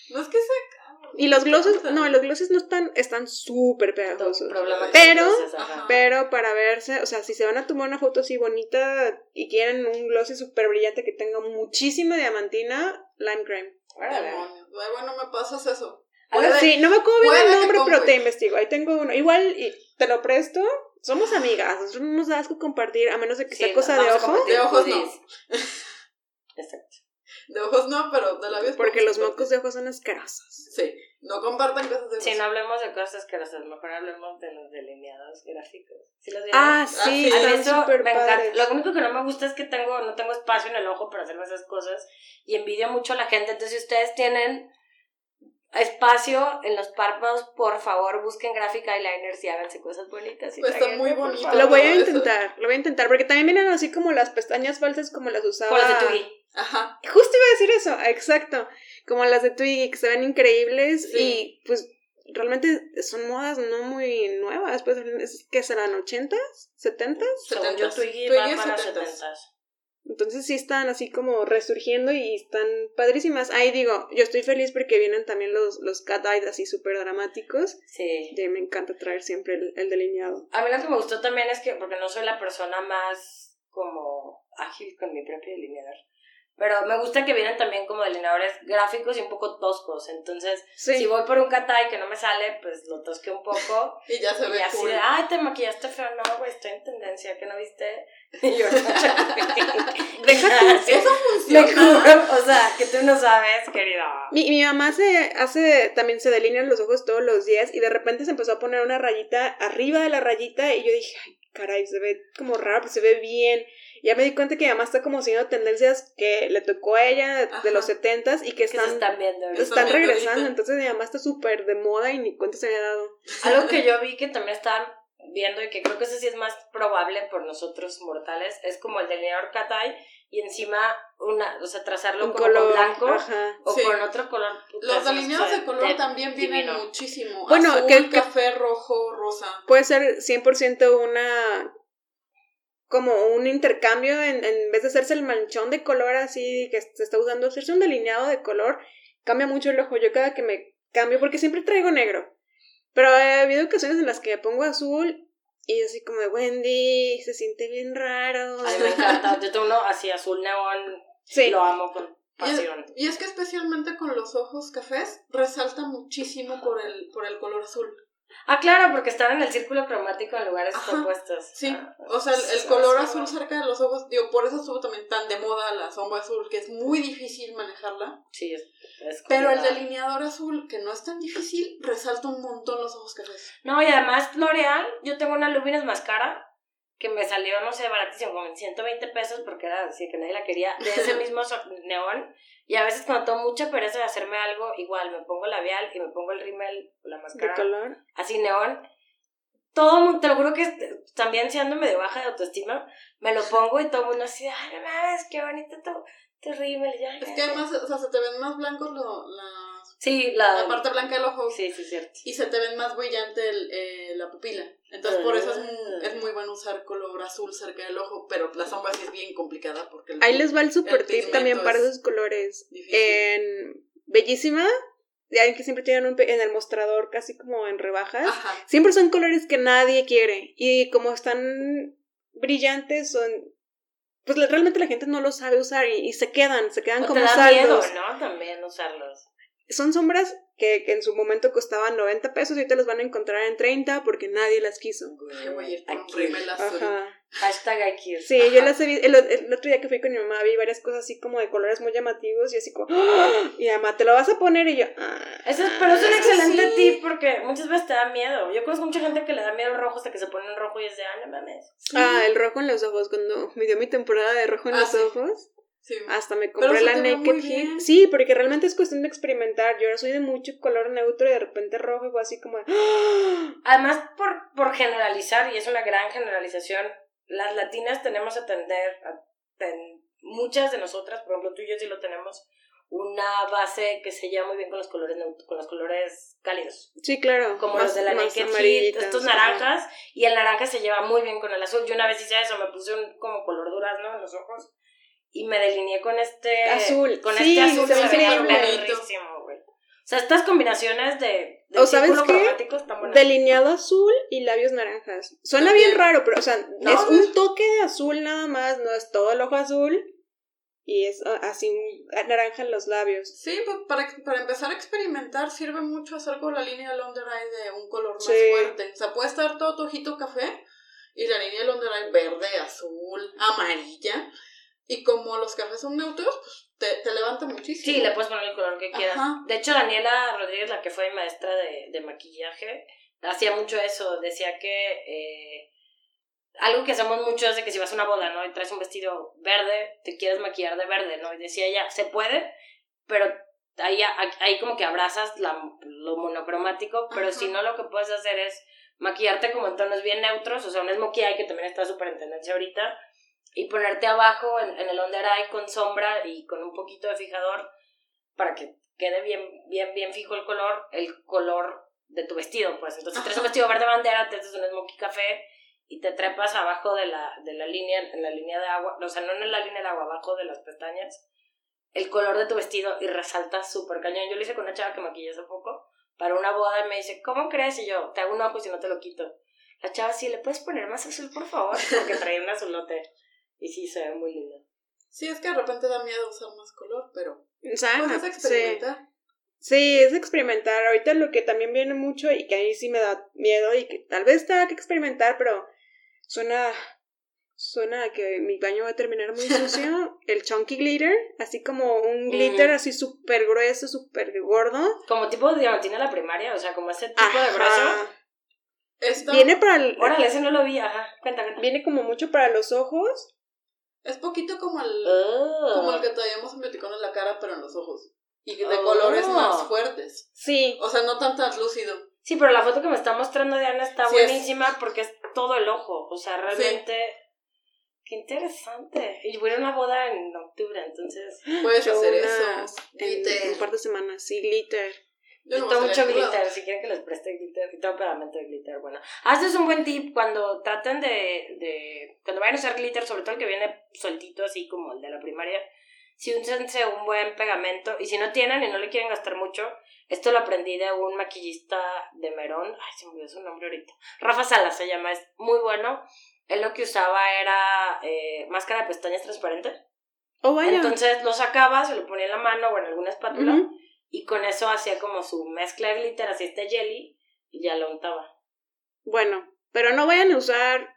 S3: No es que sea caro.
S1: Y los glosses,
S3: Ajá.
S1: no, los glosses no están, están súper pegajosos.
S2: Problema con
S1: Pero-
S2: las cosas, ajá.
S1: Pero para verse, o sea, si se van a tomar una foto así bonita y quieren un glossy súper brillante que tenga muchísima diamantina, Lime Crime.
S2: Órale.
S3: Demonios. Ay, bueno, me pasas eso.
S2: A ver,
S3: Puede-
S1: Sí, no me acuerdo bien
S3: puede
S1: el
S3: que
S1: nombre, pero
S3: compre.
S1: te investigo. Ahí tengo uno. Igual, y te lo presto. Somos amigas, nosotros no nos da asco compartir, a menos de que
S2: sí,
S1: sea cosa
S2: vamos
S1: de
S2: a
S1: ojo.
S2: compartir
S3: De ojos no.
S2: hoodies. Exacto.
S3: De ojos no, pero de labios.
S1: Porque los
S3: podemos
S1: mocos de ojos son asquerosos.
S3: Sí, no compartan cosas de
S2: Si
S3: ojos.
S2: no hablemos de cosas asquerosas, mejor hablemos de los delineados gráficos. ¿Sí los vieron?
S1: Ah, sí,
S3: sí.
S2: A mí
S1: están
S2: eso
S1: súper
S2: me encanta.
S1: padres.
S2: Lo único que no me gusta es que tengo, no tengo espacio en el ojo para hacerme esas cosas y envidio mucho a la gente. Entonces, si ustedes tienen espacio en los párpados, por favor, busquen gráfica eyeliners y háganse cosas bonitas. Y
S3: Pues están
S2: tráiganme,
S3: muy
S2: por
S3: bonitos.
S2: favor.
S1: Lo voy a
S3: Eso.
S1: intentar, lo voy a intentar, porque también vienen así como las pestañas falsas como las usaba.
S2: Por los de Tui.
S3: Ajá.
S1: Justo iba a decir eso, exacto. Como las de Twiggy, que se ven increíbles
S3: Sí.
S1: y pues realmente son modas no muy nuevas, pues es que serán 80s, 70s,
S2: Según yo,
S3: 70s.
S2: Twiggy
S3: Twiggy
S2: va
S3: es
S2: para
S3: 70s.
S2: 70s.
S1: entonces sí están así como resurgiendo y están padrísimas. Ahí digo, yo estoy feliz porque vienen también los, los cat eyes así súper dramáticos.
S2: Sí.
S1: Y me encanta traer siempre el, el delineado.
S2: A mí lo que me gustó también es que, porque no soy la persona más como ágil con mi propio delineador, pero me gusta que vienen también como delineadores gráficos y un poco toscos. Entonces,
S1: Sí,
S2: si voy por un catay que no me sale, pues lo tosque un poco.
S3: Y ya se
S2: y
S3: ve
S2: así
S3: cool.
S2: de, ah, ay, te maquillaste feo. No, güey, estoy en tendencia, que no viste. Y yo, deja
S3: Eso
S2: Me
S3: funciona.
S2: juro, o sea, que tú no sabes, querido.
S1: Mi, mi mamá se hace, también se delinean los ojos todos los días y de repente se empezó a poner una rayita arriba de la rayita y yo dije, ay, caray, se ve como raro, pero se ve bien. Ya me di cuenta que mi mamá está como siguiendo tendencias que le tocó a ella
S3: Ajá.
S1: de los setentas y que
S2: Que se
S1: están,
S2: están viendo. ¿verdad?
S1: están
S3: Están viendo
S1: regresando.
S3: ahorita.
S1: Entonces mi mamá está súper de moda y ni cuenta se me ha dado.
S2: Algo que yo vi que también estaban viendo y que creo que eso sí es más probable por nosotros mortales es como el delineador Katay y encima una, o sea, trazarlo
S1: Un
S2: como
S1: color
S2: con blanco
S1: Ajá.
S2: o
S3: Sí.
S2: con otro color. puta,
S3: Los
S2: eso
S3: delineados
S2: está
S3: de color
S2: de-
S3: también vienen
S2: divino.
S3: muchísimo.
S1: Bueno,
S3: Azul,
S1: que- que-
S3: café, rojo, rosa.
S1: Puede ser 100% una como un intercambio en, en vez de hacerse el manchón de color así que se está usando, hacerse un delineado de color cambia mucho el ojo. Yo cada que me cambio, porque siempre traigo negro, pero ha habido ocasiones en las que me pongo azul y así como de Wendy, se siente bien raro.
S2: A mí me encanta. Yo tengo uno así azul neón,
S1: Sí,
S2: lo amo con
S3: Y es,
S2: pasión.
S3: y es que especialmente con los ojos cafés resalta muchísimo por el, por el color azul.
S2: Ah, claro, porque están en el círculo cromático en lugares
S3: Ajá,
S2: opuestos.
S3: Sí,
S2: Ah,
S3: o sea, el, el
S2: sí,
S3: color
S2: sí,
S3: azul cerca de los ojos, digo, por eso estuvo también tan de moda la sombra azul, que es muy difícil manejarla.
S2: Sí, es, es
S3: Pero el
S2: complicado.
S3: delineador azul, que no es tan difícil, resalta un montón los ojos cafés.
S2: No, y además L'Oreal, yo tengo una Luminous Mascara que me salió, no sé, baratísimo, como en 120 pesos porque era así que nadie la quería, de ese mismo so- neón. Y a veces cuando tengo mucha pereza de hacerme algo, igual me pongo labial y me pongo el rímel, o la
S1: de
S2: máscara,
S1: color.
S2: así neón. Todo mundo, te lo juro que este- también si ando medio baja de autoestima, me lo pongo y todo el mundo así, ay, no mames, qué bonito tu, tu rímel. y yo, "Ay,
S3: Es
S1: Eh.
S3: que además, o sea, se te ven más blancos lo- las-
S2: Sí,
S1: Ah,
S2: la...
S3: la parte blanca del ojo
S2: Sí, sí, cierto.
S3: y se te ven más brillante el, eh, la pupila. Entonces, por eso es
S1: Ah.
S3: muy, es muy bueno usar color azul cerca del ojo, pero la sombra sí es bien complicada porque... el-
S1: Ahí les Eh, va el super
S3: El
S1: tip
S3: pigmento
S1: también para
S3: es
S1: esos colores.
S3: difícil.
S1: En Bellísima, ya ven que siempre tienen un pe- en el mostrador casi como en rebajas.
S2: Ah.
S3: Ajá.
S1: siempre son colores que nadie quiere y como están brillantes son pues la- realmente la gente no los sabe usar y, y se quedan, se quedan
S2: O te
S1: como
S2: da miedo,
S1: saldos.
S2: ¿no? También usarlos.
S1: Son sombras que, que en su momento costaban 90 pesos y ahorita los van a encontrar en 30 porque nadie las quiso.
S3: Ay, voy a ir con un
S2: Aquí.
S3: rímel
S2: Ah,
S3: azul.
S1: Ajá.
S2: Hashtag aquí.
S1: Sí, yo las he visto, el, el otro día que fui con mi mamá vi varias cosas así como de colores muy llamativos y así como, ¡Ah! y mamá, te lo vas a poner y yo, "Ah".
S2: Eso es, pero es un
S3: Es que
S2: excelente
S3: sí.
S2: tip porque muchas veces te da miedo. Yo conozco mucha gente que le da miedo el rojo hasta que se pone en rojo y es de, ah, no mames.
S1: Ah, el rojo en los ojos, cuando me dio mi temporada de rojo en
S3: Ah,
S1: los
S3: sí.
S1: ojos,
S3: Sí.
S1: Hasta me
S3: Pero
S1: compré
S3: se
S1: la
S3: te ve muy
S1: Naked Heat.
S3: bien.
S1: Sí, porque realmente es cuestión de experimentar. Yo ahora soy de mucho color neutro y de repente rojo y fue así como... ¡Ah!
S2: Además, por, por generalizar, y es una gran generalización, las latinas tenemos a tender, a ten- muchas de nosotras, por ejemplo, tú y yo sí lo tenemos, una base que se lleva muy bien con los colores, neut- con los colores cálidos.
S1: Sí, claro.
S2: Como
S1: más-
S2: los de la
S1: más
S2: Naked Heat,
S1: amarillitas,
S2: estos
S1: ajá.
S2: naranjas. Y el naranja se lleva muy bien con el azul. Yo una vez hice eso, me puse un como color durazno en los ojos. Y me delineé con este...
S1: Azul,
S2: Con
S1: sí,
S2: este azul
S1: se
S2: que
S1: ve
S2: se veía
S1: increíble.
S2: perrísimo, güey. O sea, estas combinaciones de, de
S1: ¿O sabes
S2: círculo
S1: qué?
S2: cromático están buenas.
S1: Delineado azul y labios naranjas. Suena bien raro, pero, o sea,
S2: No,
S1: es
S2: no
S1: un toque de azul nada más, no es todo el ojo azul. Y es ah, así un- ah, naranja en los labios.
S3: Sí, pues para, para empezar a experimentar sirve mucho hacer con la línea del under eye de un color más
S1: Sí.
S3: fuerte. O sea, puede estar todo tu ojito café y la línea del under eye verde, azul, amarilla. Y como los cafés son neutros, pues te, te levanta muchísimo.
S2: Sí, le puedes poner el color que quieras.
S3: Ajá.
S2: De hecho, Daniela Rodríguez, la que fue mi maestra de, de maquillaje, hacía mucho eso. Decía que eh, algo que hacemos mucho es de que si vas a una boda, ¿no? Y traes un vestido verde, te quieres maquillar de verde, ¿no? Y decía ella, se puede, pero ahí, ahí como que abrazas la- lo monocromático, pero
S3: Ajá.
S2: si no, lo que puedes hacer es maquillarte como en tonos bien neutros, o sea, un smokey eye que también está súper en tendencia ahorita, y ponerte abajo en, en el under eye con sombra y con un poquito de fijador para que quede bien, bien, bien fijo el color, el color de tu vestido, pues. Entonces, si traes un
S3: Ajá.
S2: vestido verde bandera, te haces un smokey café y te trepas abajo de la, de la línea, en la línea de agua, o sea, no en la línea de agua, abajo de las pestañas, el color de tu vestido y resalta súper cañón. Yo lo hice con una chava que maquillé hace poco para una boda y me dice, ¿cómo crees? Y yo, te hago un ojo y si no te lo quito. La chava, sí, ¿le puedes poner más azul, por favor? Porque traía un azulote. Y sí, se ve muy lindo.
S3: Sí, es que de repente da miedo usar más color, pero
S1: Sana,
S2: Pues
S1: Ah,
S3: puedes
S1: sí.
S3: experimentar.
S1: Sí, es experimentar. Ahorita lo que también viene mucho y que a mí sí me da miedo y que tal vez tenga que experimentar, pero suena suena a que mi baño va a terminar muy sucio. El chunky glitter, así como un glitter
S2: Mm.
S1: así súper grueso, súper gordo.
S2: Como tipo de diamantina en la primaria, o sea, como ese tipo de grueso.
S1: Ajá.
S3: Esta
S1: Viene para el-
S2: Órale, ese no lo vi, ajá. Cuenta, cuenta.
S1: viene como mucho para los ojos.
S3: es poquito como el,
S2: Oh.
S3: como el que traíamos en Beauticón en la cara, pero en los ojos. Y de
S2: Oh.
S3: colores más fuertes.
S1: Sí.
S3: O sea, no tan translúcido.
S2: Sí, pero la foto que me está mostrando Diana está
S3: Sí, es-
S2: buenísima porque es todo el ojo. O sea, realmente. Qué interesante. Y voy a una boda en octubre, entonces.
S3: Puedes hacer
S1: Unas-
S3: eso.
S1: En,
S3: Glitter.
S1: un par de semanas, sí, glitter.
S3: Yo no
S2: Tengo
S3: voy a
S2: mucho
S3: salir a ningún lado.
S2: glitter, si quieren que les preste glitter, y tengo pegamento de glitter, bueno. Ah, este es un buen tip cuando traten de, de, cuando vayan a usar glitter, sobre todo el que viene soltito, así como el de la primaria, si úsense un buen pegamento, y si no tienen y no le quieren gastar mucho, esto lo aprendí de un maquillista de Merón, ay, se me olvidó su nombre ahorita, Rafa Salas se llama, es muy bueno, él lo que usaba era eh, máscara de pestañas transparente,
S1: Oh, vaya.
S2: entonces lo sacaba, se lo ponía en la mano o en alguna espátula,
S1: Ujú.
S2: y con eso hacía como su mezcla de glitter, hacía este jelly y ya lo untaba.
S1: Bueno, pero no vayan a usar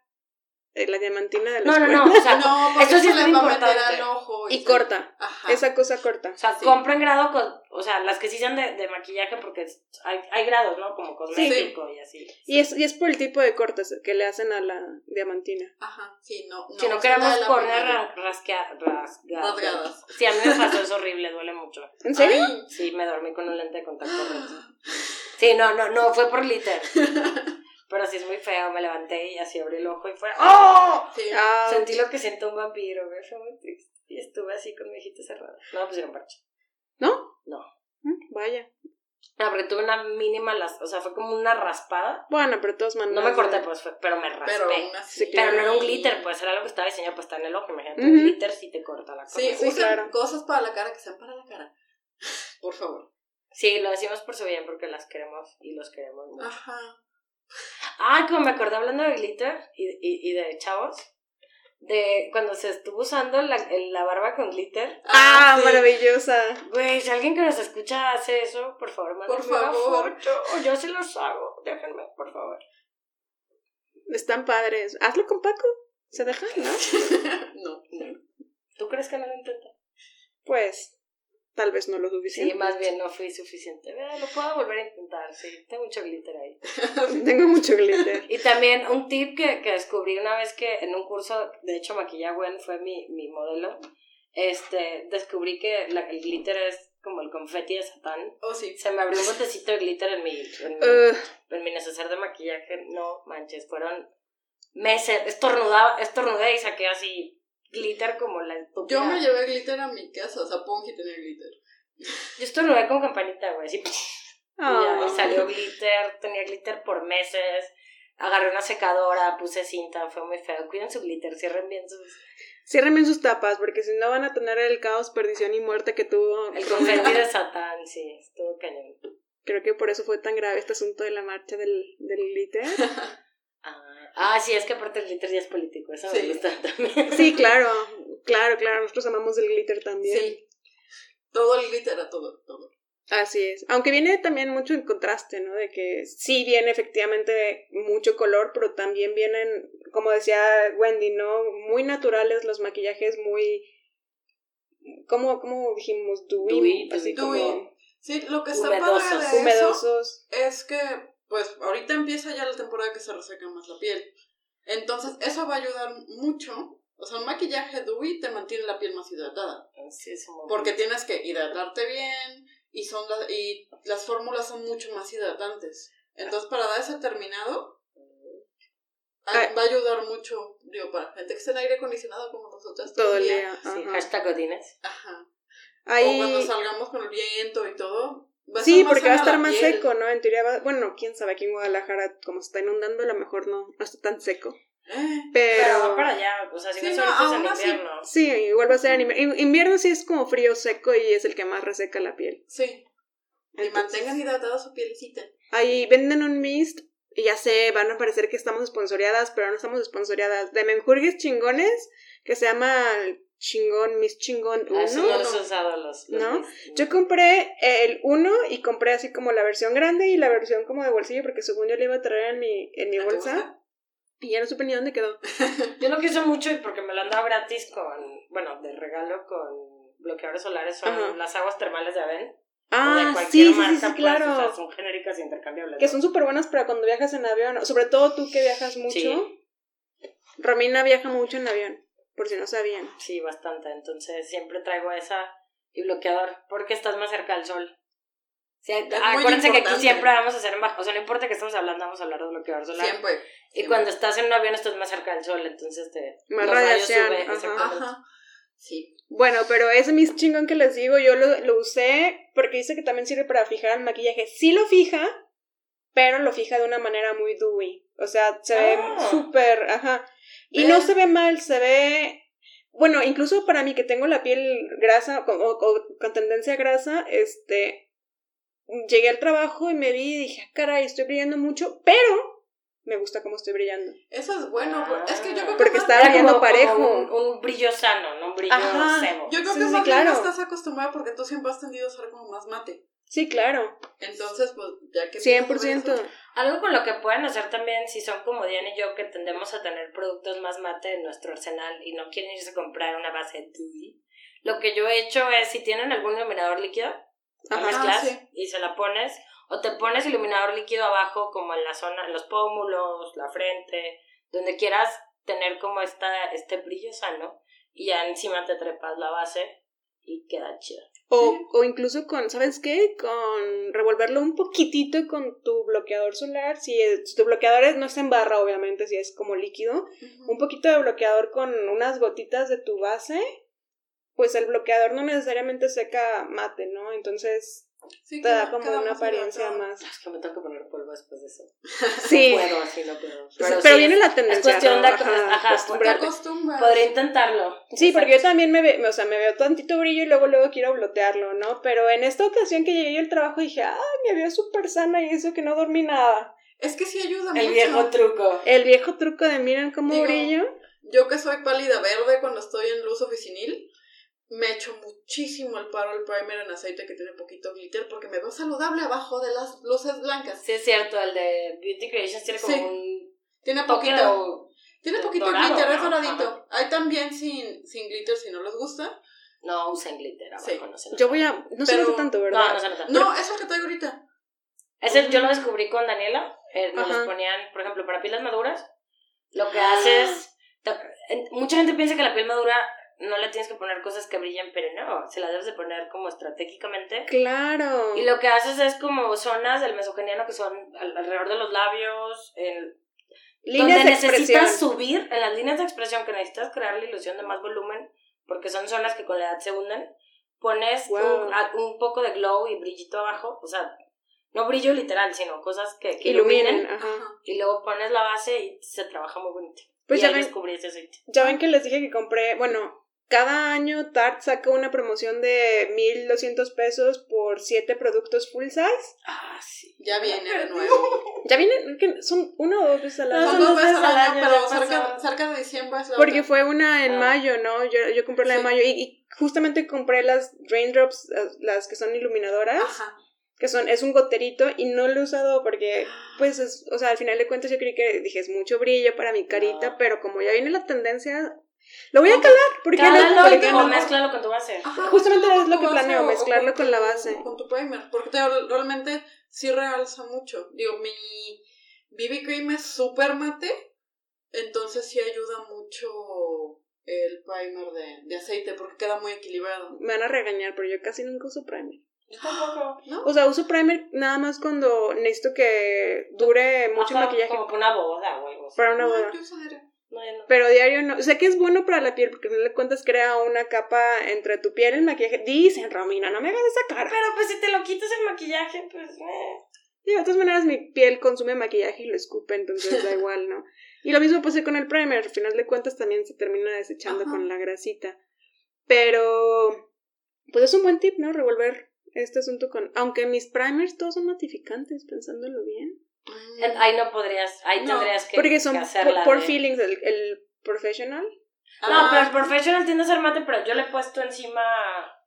S1: eh, la diamantina de los
S2: No, no, no,
S1: cuernos.
S2: o sea,
S3: No, porque
S2: Eso sí
S3: se
S2: es
S3: les
S2: muy
S3: va a meter
S2: importante.
S3: al ojo.
S1: Y
S3: se-
S1: corta.
S3: Ajá.
S1: Esa cosa corta.
S2: o sea,
S3: Sí.
S2: compren grado, con, o sea, las que sí sean de, de maquillaje porque es- hay, hay grados, ¿no? Como cosmético y así.
S1: Y es, y es por el tipo de cortes que le hacen a la diamantina.
S3: Ajá. Sí, no. no
S2: si no
S3: o sea,
S2: queremos
S3: la
S2: poner ra-
S3: primera.
S2: rasquea- rasgadas.
S3: Rasgadas.
S2: Sí, a mí me pasó, es horrible, duele mucho.
S1: ¿En serio?
S3: Ay,
S2: Sí, me dormí con un lente de contacto roto. Sí, no, no, no, fue por glitter. Pero sí es muy feo, me levanté y así abrí el ojo y fue ¡Oh!
S3: sí.
S1: Ah,
S2: Sentí lo que siente un vampiro, güey, fue muy triste. Y estuve así con mi hijita cerrada. No me pusieron parche.
S1: ¿No?
S2: No.
S1: Mm, Vaya.
S2: No, porque Ah, tuve una mínima, las, o sea, fue como una raspada.
S1: Bueno, pero de todas maneras.
S2: No me corté, pues, fue- pero me raspé.
S3: Pero
S2: Pero,
S3: aún así.
S1: Sí, claro.
S2: no era un glitter, pues, era algo que estaba diseñado para estar en el ojo. Imagínate, un
S1: Ujú.
S2: glitter sí te corta la cosa.
S3: Sí,
S1: Sí,
S3: usen
S1: claro.
S3: cosas para la cara que sean para la cara. Por favor.
S2: Sí, lo decimos por su bien porque las queremos y los queremos mucho.
S3: Ajá.
S2: Ah, como me acordé hablando de glitter y, y, y de chavos, de cuando se estuvo usando la, el- la barba con glitter.
S1: Ah,
S3: sí.
S1: maravillosa.
S2: Güey, si Pues, alguien que nos escucha hace eso, por favor, mándenme una
S3: favor.
S2: foto. O yo se los hago, déjenme, por favor.
S1: Están padres. Hazlo con Paco. Se deja, ¿no?
S3: No.
S2: ¿Tú crees que no lo intenta?
S1: Pues, tal vez no lo
S2: Sí,
S1: suficiente.
S2: más bien no fui suficiente. Eh, lo puedo volver a intentar, sí. Tengo mucho glitter ahí.
S1: Tengo mucho glitter.
S2: Y también un tip que, que descubrí una vez que en un curso, de hecho Maquilla Gwen fue mi, mi modelo, este, descubrí que la- el glitter es como el confeti de Satán.
S3: Oh, sí.
S2: Se me abrió un botecito de glitter en mi, en mi,
S1: Ugh,
S2: en mi neceser de maquillaje. No manches, fueron meses. Estornudaba, estornudé y saqué así glitter como la
S3: Yo
S2: estúpida.
S3: me llevé glitter a mi casa. O sea, Ponji tenía glitter.
S2: Yo estornudé con campanita, güey. Así,
S1: Ah.
S2: ya, y salió glitter, tenía glitter por meses. Agarré una secadora, puse cinta, fue muy feo. Cuiden su glitter, cierren bien sus...
S1: Cierren bien sus tapas, porque si no van a tener el caos, perdición y muerte que tuvo.
S2: El confeti de Satán, sí, estuvo cañón.
S1: Creo que por eso fue tan grave este asunto de la marcha del, del glitter.
S2: Ah, ah, sí, es que aparte el glitter ya es político, eso me
S3: Sí.
S2: gusta también.
S1: Sí, claro, claro, claro, nosotros amamos el glitter también.
S3: Sí. Todo el glitter a todo, todo.
S1: Así es. Aunque viene también mucho en contraste, ¿no? De que sí viene efectivamente mucho color, pero también vienen, como decía Wendy, ¿no? Muy naturales los maquillajes, muy... ¿Cómo, cómo dijimos? Dewy,
S2: Dewy,
S1: así
S2: dewy.
S1: como
S3: Sí, lo que está
S2: Humedosos.
S3: padre de eso
S1: humedosos.
S3: es que, pues, ahorita empieza ya la temporada que se reseca más la piel. Entonces, eso va a ayudar mucho. O sea, un maquillaje dewy te mantiene la piel más hidratada.
S2: Sí, es un-
S3: Porque tienes que hidratarte bien y, son las- y las fórmulas son mucho más hidratantes. Entonces, para dar ese terminado,
S1: Ah.
S3: a- va a ayudar mucho, digo, para gente que esté en aire acondicionado como nosotras
S1: Todo el día.
S2: Sí,
S1: ajá.
S2: hashtag Godines.
S3: Ajá. O
S1: Ahí-
S3: cuando salgamos con el viento y todo. va a
S1: Sí,
S3: estar más
S1: porque va a
S3: sana
S1: estar
S3: la
S1: más
S3: piel.
S1: seco, ¿no? En teoría va... Bueno, quién sabe, aquí en Guadalajara, como se está inundando, a lo mejor no, no está tan seco.
S3: Eh,
S2: Pero,
S1: Pero...
S2: va para allá, o sea, si
S3: Sí,
S2: no,
S3: no,
S2: ahorita es en
S3: aún así-
S2: invierno.
S1: Sí, igual va a ser en invierno. Invierno sí es como frío seco y es el que más reseca la piel.
S3: sí. Y
S1: Entonces-
S3: mantengan hidratada su pielecita.
S1: Ahí venden un mist y ya sé, van a parecer que estamos esponsoreadas, pero no estamos esponsoreadas. De menjurgues chingones, que se llama el chingón, mist chingón
S2: Ah, eso no,
S1: uno.
S2: los he usado los. los
S1: ¿No?
S2: mis-
S1: Yo compré el uno y compré así como la versión grande y la versión como de bolsillo, porque según yo le iba a traer en mi, en mi
S3: ¿A tu
S1: bolsa y ya no supe ni dónde quedó.
S2: Yo lo que uso mucho y porque me lo han dado gratis con, bueno, de regalo con bloqueadores solares son
S1: Ajá.
S2: las aguas termales de Aven. o de
S1: Ah,
S2: cualquier
S1: sí, sí, sí,
S2: marca,
S1: sí,
S2: pues,
S1: claro.
S2: o sea, son genéricas e intercambiables.
S1: que
S2: ¿no?
S1: son súper buenas para cuando viajas en avión, sobre todo tú que viajas mucho.
S2: Sí,
S1: Romina viaja mucho en avión, por si no sabían.
S2: sí, bastante. Entonces siempre traigo esa y bloqueador porque estás más cerca del sol. O sea,
S3: Es muy
S2: acuérdense que aquí
S3: importante.
S2: siempre vamos a hacer en bajo. O sea, no importa que estamos hablando, vamos a hablar de bloqueador solar.
S3: Siempre.
S2: Y cuando estás en un avión estás más cerca del sol, entonces te...
S1: Más
S2: los rayos
S1: radiación,
S2: suben,
S1: ajá.
S2: exactamente.
S3: Ajá. Sí.
S1: Bueno, pero ese mis chingón que les digo, yo lo, lo usé porque dice que también sirve para fijar el maquillaje. Sí lo fija, pero lo fija de una manera muy dewy. O sea, se ve
S2: Ah.
S1: súper, ajá. Y
S3: Ve.
S1: no se ve mal, se ve... Bueno, incluso para mí que tengo la piel grasa o, o- o con tendencia a grasa, este... Llegué al trabajo y me vi y dije, "Ah, caray, estoy brillando mucho, pero me gusta cómo estoy brillando.
S3: Eso es bueno.
S2: Ah.
S3: Es que yo creo que.
S1: Porque
S3: más-
S1: está brillando parejo.
S2: un, un brillo sano, no un brillo
S1: Ajá,
S2: sebo.
S3: Yo creo
S1: Sí,
S3: que
S1: sí,
S3: más
S1: claro.
S3: bien estás acostumbrada porque tú siempre has tendido a ser como más mate.
S1: Sí, claro,
S3: Entonces, pues, ya que.
S1: 100%.
S2: Algo con lo que pueden hacer también, si son como Diana y yo, que tendemos a tener productos más mate en nuestro arsenal y no quieren irse a comprar una base dewy, lo que yo he hecho es, si tienen algún iluminador líquido, la
S1: Ajá.
S2: mezclas
S3: Ah, sí.
S2: y se la pones, o te pones iluminador líquido abajo, como en la zona, en los pómulos, la frente, donde quieras tener como esta, este brillo sano, y ya encima te trepas la base y queda chido.
S1: O, o incluso con, ¿sabes qué? Con revolverlo un poquitito con tu bloqueador solar. Si, es- si tu bloqueador es- no es en barra, obviamente, si es como líquido. Un
S3: Ujú.
S1: poquito de bloqueador con unas gotitas de tu base. Pues el bloqueador no necesariamente seca mate, ¿no? Entonces
S3: Sí,
S1: te da
S3: queda-
S1: como
S3: queda
S1: una
S3: más
S1: apariencia
S3: hidratado.
S1: más.
S2: Es que me tengo que poner polvo después de eso.
S1: Sí.
S2: No puedo, así no puedo.
S1: Pero,
S2: sí,
S1: viene la tendencia.
S2: es
S1: ¿no?
S2: cuestión de acos- ajá,
S3: Te
S1: acostumbrarte.
S3: acostumbras.
S2: Podría intentarlo.
S1: Sí, porque yo también me, ve- o sea, me veo tantito brillo y luego luego quiero blotearlo, ¿no? Pero en esta ocasión que llegué al trabajo dije, ay, me veo súper sana y eso que no dormí nada.
S3: Es que sí ayuda mucho.
S2: El viejo truco.
S1: El viejo truco de miren cómo
S3: Digo,
S1: brillo.
S3: Yo que soy pálida verde cuando estoy en luz oficinil, me echo muchísimo el paro el primer en aceite que tiene poquito glitter porque me veo saludable abajo de las luces blancas.
S2: Sí, es cierto, el de Beauty Creations tiene como
S3: Sí.
S2: un
S3: Tiene
S2: toque
S3: poquito,
S2: o-
S3: tiene poquito
S2: dorado,
S3: glitter, es
S2: ¿no?
S3: doradito.
S2: Ajá.
S3: Hay también sin, sin glitter si no les gusta.
S2: No, usen glitter abajo,
S3: Sí.
S2: no se nota.
S1: Yo voy a. No se
S3: Pero-
S1: nota tanto, ¿verdad?
S2: No, no se nota.
S3: No, es el que traigo ahorita.
S2: Ese yo lo descubrí con Daniela. eh, nos
S1: Ajá.
S2: los ponían, por ejemplo, para pieles maduras. Lo que
S3: Ah.
S2: haces. te- en- mucha gente piensa que la piel madura no le tienes que poner cosas que brillen, pero no. Se las debes de poner como estratégicamente.
S1: Claro.
S2: Y lo que haces es como zonas del mesogeniano que son al- alrededor de los labios, en,
S1: Líneas de
S2: donde
S1: expresión.
S2: necesitas subir en las líneas de expresión que necesitas crear la ilusión de más volumen porque son zonas que con la edad se hunden pones
S1: Wow.
S2: un, a- un poco de glow y brillito abajo, o sea, no brillo literal, sino cosas que, que
S1: Iluminen,
S2: iluminen,
S1: ajá.
S3: Ajá.
S2: y luego pones la base y se trabaja muy bonito.
S1: Pues
S2: y
S1: ya
S2: ahí
S1: ven-
S2: descubrí ese aceite.
S1: Ya ven que les dije que compré, bueno, cada año Tarte saca una promoción de 1200 pesos por 7 productos full size.
S2: Ah, sí.
S3: Ya viene de nuevo.
S1: Ya vienen, que son una o dos veces al
S2: No,
S1: año.
S2: son
S3: Son dos
S2: dos
S3: veces
S2: veces
S3: al
S2: al
S3: año,
S2: año,
S3: pero
S2: la
S3: cerca,
S2: pasada.
S3: cerca de diciembre es la
S1: Porque
S3: otra.
S1: fue una en
S2: Ah.
S1: mayo, ¿no? Yo, yo compré la de
S3: Sí.
S1: mayo y, y justamente compré las raindrops, las- las que son iluminadoras,
S3: Ajá.
S1: que son, es un goterito y no lo he usado porque, pues, es- o sea, al final de cuentas yo creí que dije, es mucho brillo para mi carita,
S2: No.
S1: pero como ya viene la tendencia, lo voy a calar, porque no,
S2: Cálalo
S1: ¿Por
S2: y
S1: qué
S2: o
S1: no?
S2: mézclalo con tu base.
S1: Ah.
S3: Ajá,
S1: Justamente
S3: mezclarlo
S1: es lo
S3: con tu
S1: que
S3: base
S1: planeo,
S3: o- o
S1: mezclarlo
S3: tu-
S1: con la base.
S3: Con tu primer, porque te- realmente sí realza mucho. Digo, mi BB Cream es súper mate, entonces sí ayuda mucho el primer de, de aceite porque queda muy equilibrado.
S1: Me van a regañar, pero yo casi nunca uso primer.
S2: Yo tampoco.
S3: ¿No?
S1: O sea, uso primer nada más cuando necesito que dure mucho el
S2: Ajá,
S1: maquillaje
S2: Como para una boda o algo así.
S1: para una
S3: No,
S1: boda.
S3: yo usaría.
S2: No, ya no.
S1: Pero diario no. Sé que es bueno para la piel porque no le cuentas crea una capa entre tu piel y el maquillaje. Dicen, Romina, no me hagas esa cara.
S2: Pero pues si te lo quitas el maquillaje, pues... eh.
S1: Y de todas maneras mi piel consume maquillaje y lo escupe, entonces da igual, ¿no? Y lo mismo pasé con el primer. Al final de cuentas también se termina desechando
S3: Ajá.
S1: con la grasita. Pero, pues es un buen tip, ¿no? Revolver este asunto con... Aunque mis primers todos son matificantes, pensándolo bien.
S2: En-
S3: Ah,
S2: Ahí no podrías, ahí
S3: No,
S2: tendrías que,
S1: Mm. Porque son
S2: que
S1: por,
S2: hacerla
S1: por
S2: de-
S1: feelings, el, el professional.
S2: No, pero el
S3: Ah,
S2: professional tiende a ser mate, pero yo le he puesto encima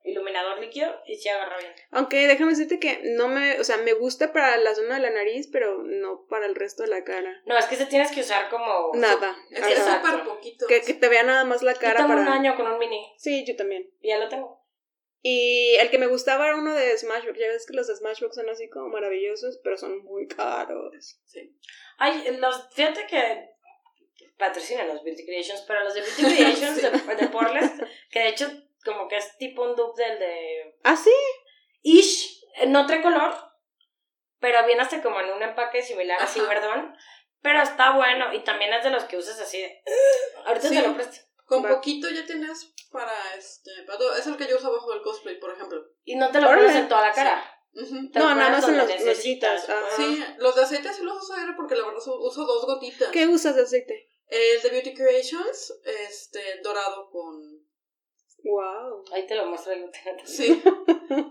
S2: iluminador líquido y se agarra bien.
S1: Aunque déjame decirte que no me... O sea, me gusta para la zona de la nariz, pero no para el resto de la cara.
S2: No, es que se tienes que usar como...
S1: Nada.
S3: es
S1: o
S3: que es
S1: sea,
S2: Exacto.
S3: súper poquito.
S1: que, que te vea nada más la
S2: Yo
S1: cara
S2: tengo
S1: para...
S2: un año con un mini.
S1: Sí, yo también.
S2: y Ya lo tengo.
S1: Y el que me gustaba era uno de Smashbox. Ya ves que los de Smashbox son así como maravillosos, pero son muy caros.
S3: Sí.
S2: Ay, los... Fíjate que patrocinan los Beauty Creations, pero los de Beauty Creations
S3: Sí.
S2: de, de Portland, que de hecho como que es tipo un dupe del de...
S1: ¿Ah, sí?
S2: Ish, en otro color, pero viene hasta como en un empaque similar, así,
S3: Ajá.
S2: perdón. Pero está bueno y también es de los que usas así de... Ahorita
S3: Sí.
S2: te lo presto.
S3: Con
S1: Va.
S3: poquito ya tienes para este. Para todo. Es el que yo uso abajo del cosplay, por ejemplo.
S2: Y no te lo
S1: Órale.
S2: pones en toda la cara.
S3: Ujú.
S2: Te lo
S1: No, nada
S2: pones
S1: más en
S2: donde
S1: los- los
S2: necesitas,
S1: chitas, ajá.
S2: pues.
S3: Sí, los de aceite sí los uso diario porque la verdad uso- uso dos gotitas.
S1: ¿Qué usas de aceite?
S3: El de Beauty Creations, este, dorado con...
S1: Wow.
S2: Ahí te lo muestro el lieutenant.
S3: Sí.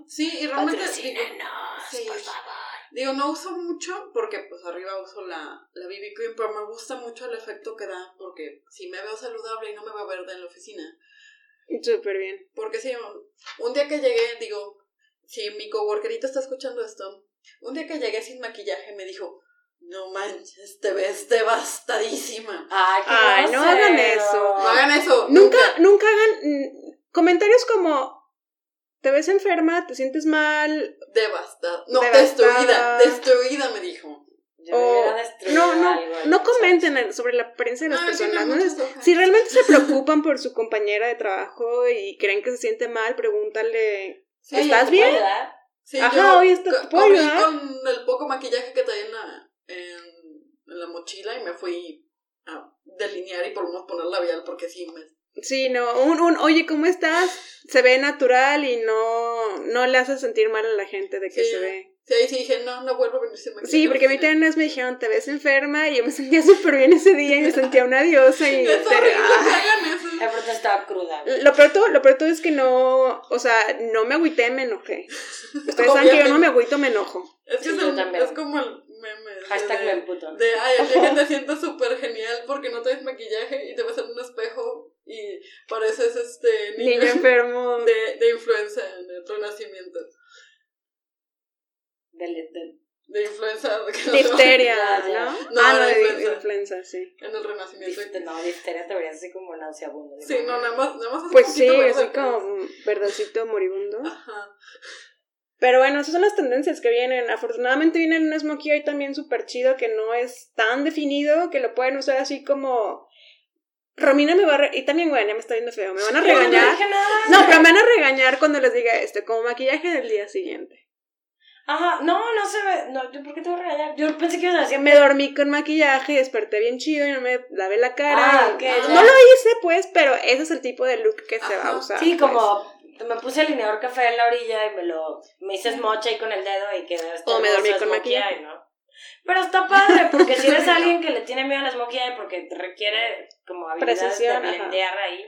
S3: Sí,
S1: Ah,
S3: y realmente... Digo,
S2: Patrocínanos,
S3: Sí.
S2: por favor.
S3: digo, no uso mucho porque pues arriba uso la, la BB Cream, pero me gusta mucho el efecto que da porque si me veo saludable y no me veo verde en la oficina.
S1: Súper bien.
S3: Porque si un, un día que llegué, digo, si mi coworkerita está escuchando esto, un día que llegué sin maquillaje me dijo, no manches, te ves devastadísima.
S2: Ay, qué
S1: Ay, no
S2: grosero.
S1: hagan eso.
S3: No hagan eso.
S1: Ah. Nunca, nunca hagan mm, comentarios como te ves enferma, te sientes mal.
S3: Devastada. No,
S1: Devastada.
S3: destruida. Destruida, me dijo.
S2: Yo me
S1: O-
S2: hubiera destruido
S1: No,
S2: algo
S1: no,
S2: ahí,
S1: no
S2: ¿sabes?
S1: comenten sobre la apariencia de las
S3: No, yo
S1: personas.
S3: no
S1: ¿no?
S3: muchas hojas.
S1: Si realmente se preocupan por su compañera de trabajo y creen que se siente mal, pregúntale.
S3: Sí,
S2: Oye,
S1: ¿Estás
S2: ¿te puedo
S1: bien?
S2: ayudar?
S3: Sí,
S1: Ajá,
S3: yo
S1: oye, esto te
S3: co-
S1: puede
S3: corrí
S1: ayudar.
S3: con el poco maquillaje que traía en la, en- en la mochila y me fui a delinear y por lo menos poner labial porque sí me...
S1: Sí, no, un, un, oye, ¿cómo estás? Se ve natural y no, no le hace sentir mal a la gente de que
S3: Sí.
S1: se ve.
S3: Sí, ahí sí dije, no, no vuelvo a venir sin maquillaje.
S1: Sí, porque a mí también una vez me dijeron, te ves enferma, y yo me sentía súper bien ese día y me sentía una diosa y...
S3: Es horrible que
S1: Ah.
S3: hagan eso.
S2: La fruta estaba cruda. güey.
S1: Lo peor, de todo, lo peor de todo es que no, o sea, no me agüité, me enojé. Ustedes saben que yo no me agüito, me enojo.
S3: Es que
S2: Sí,
S3: es,
S2: yo
S3: el-
S2: también.
S3: es como el meme. de-
S2: Hashtag me
S3: de,
S2: emputo.
S3: de, ay, el día que te sientas súper genial porque no traes maquillaje y te ves en un espejo y pareces este
S1: Niño enfermo.
S3: de, de influenza en otro nacimiento.
S2: Del- del-
S3: De influenza que lo-
S1: Difteria,
S2: Ya,
S1: ¿no?
S3: ya. No,
S1: ah, no,
S3: de
S1: de influenza.
S3: influenza.
S1: sí.
S3: en el renacimiento.
S2: difte- No, difteria te verías así como nauseabundo.
S3: Sí, no, nada más, nada más es
S1: Pues
S3: un
S1: sí,
S3: poquito verde,
S1: así
S3: pero-
S1: como verdacito moribundo.
S3: Ajá.
S1: Pero bueno, esas son las tendencias que vienen. Afortunadamente viene un smokey hoy también súper chido que no es tan definido, que lo pueden usar así como... Romina me va a... re- Y también, bueno, ya me está viendo feo. Me van a
S2: No
S1: regañar.
S2: dije nada.
S1: No, pero me van a regañar cuando les diga esto, como maquillaje del día siguiente.
S2: Ajá, no, no se ve. No, ¿yo ¿Por qué te voy a regañar? Yo pensé que ibas a decir.
S1: Me dormí con maquillaje, desperté bien chido y no me lavé la cara.
S2: Ah,
S1: y-
S2: ok,
S3: ya.
S1: No lo hice, pues, pero ese es el tipo de look que se va a
S3: Ajá.
S1: usar.
S2: Sí,
S1: pues.
S2: como Me puse alineador café en la orilla y me lo me hice smocha ahí con el dedo y quedé hasta
S1: O me dormí
S2: hermoso
S1: con
S2: smokey
S1: maquillaje.
S2: eye, ¿no? Pero está padre, porque si eres alguien que le tiene miedo a las smokey eye porque te requiere como habilidades
S1: Precisión,
S2: de
S1: ajá.
S2: blendear ahí,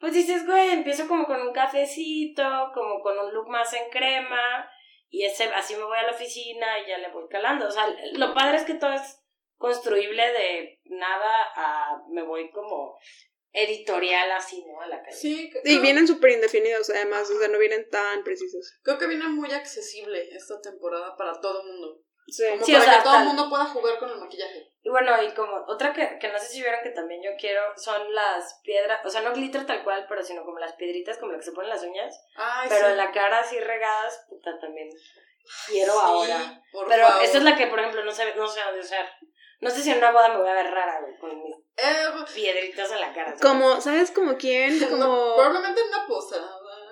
S2: pues dices, güey, empiezo como con un cafecito, como con un look más en crema, y ese, así me voy a la oficina y ya le voy calando. O sea, lo padre es que todo es construible de nada a me voy como editorial así, ¿no? A la calle.
S3: Sí, creo,
S1: Y vienen súper indefinidos, además, o sea, no vienen tan precisos.
S3: creo que viene muy accesible esta temporada para todo el mundo.
S1: Sí.
S3: Como
S2: Sí, o
S3: para
S2: sea,
S3: que todo el
S2: tal-
S3: mundo pueda jugar con el maquillaje.
S2: Y bueno, y como otra que, que no sé si vieron que también yo quiero son las piedras, o sea, no glitter tal cual, pero sino como las piedritas como lo que se ponen en las uñas,
S3: Ay,
S2: pero
S3: sí.
S2: en la cara así regadas, puta, también quiero
S3: Sí,
S2: ahora.
S3: por
S2: Pero
S3: favor.
S2: esta es la que, por ejemplo, no sé, no sé dónde usar. No sé si en una boda me voy a ver rara, güey, con mis
S3: Eh,
S2: piedritas en la cara. ¿sabes?
S1: Como, ¿sabes como quién?
S3: no,
S1: Como...
S3: probablemente en una posada.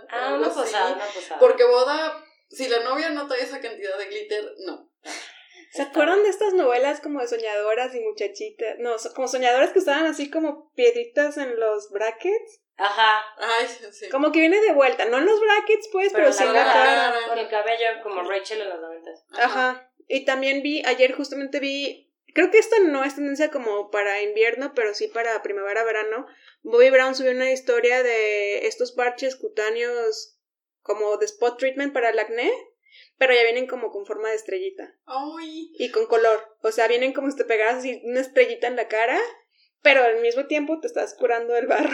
S2: Ah,
S3: algo
S2: una
S3: así.
S2: posada, una posada.
S3: Porque boda, si la novia no trae esa cantidad de glitter, no.
S1: ¿Se acuerdan de estas novelas como de soñadoras y muchachitas? No, so- como soñadoras que usaban así como piedritas en los brackets.
S2: Ajá,
S3: Ay, sí.
S1: Como que viene de vuelta, no en los brackets pues, pero,
S2: pero, en
S1: sí
S2: la
S1: en la cara.
S2: cara, con el cabello como Rachel en los noventas.
S1: Ajá. Y también vi, ayer justamente vi, creo que esta no es tendencia como para invierno, pero sí para primavera, verano. Bobby Brown subió una historia de estos parches cutáneos como de spot treatment para el acné, pero ya vienen como con forma de estrellita
S3: Ay,
S1: y con color. O sea, vienen como si te pegaras así una estrellita en la cara, pero al mismo tiempo te estás curando el barro.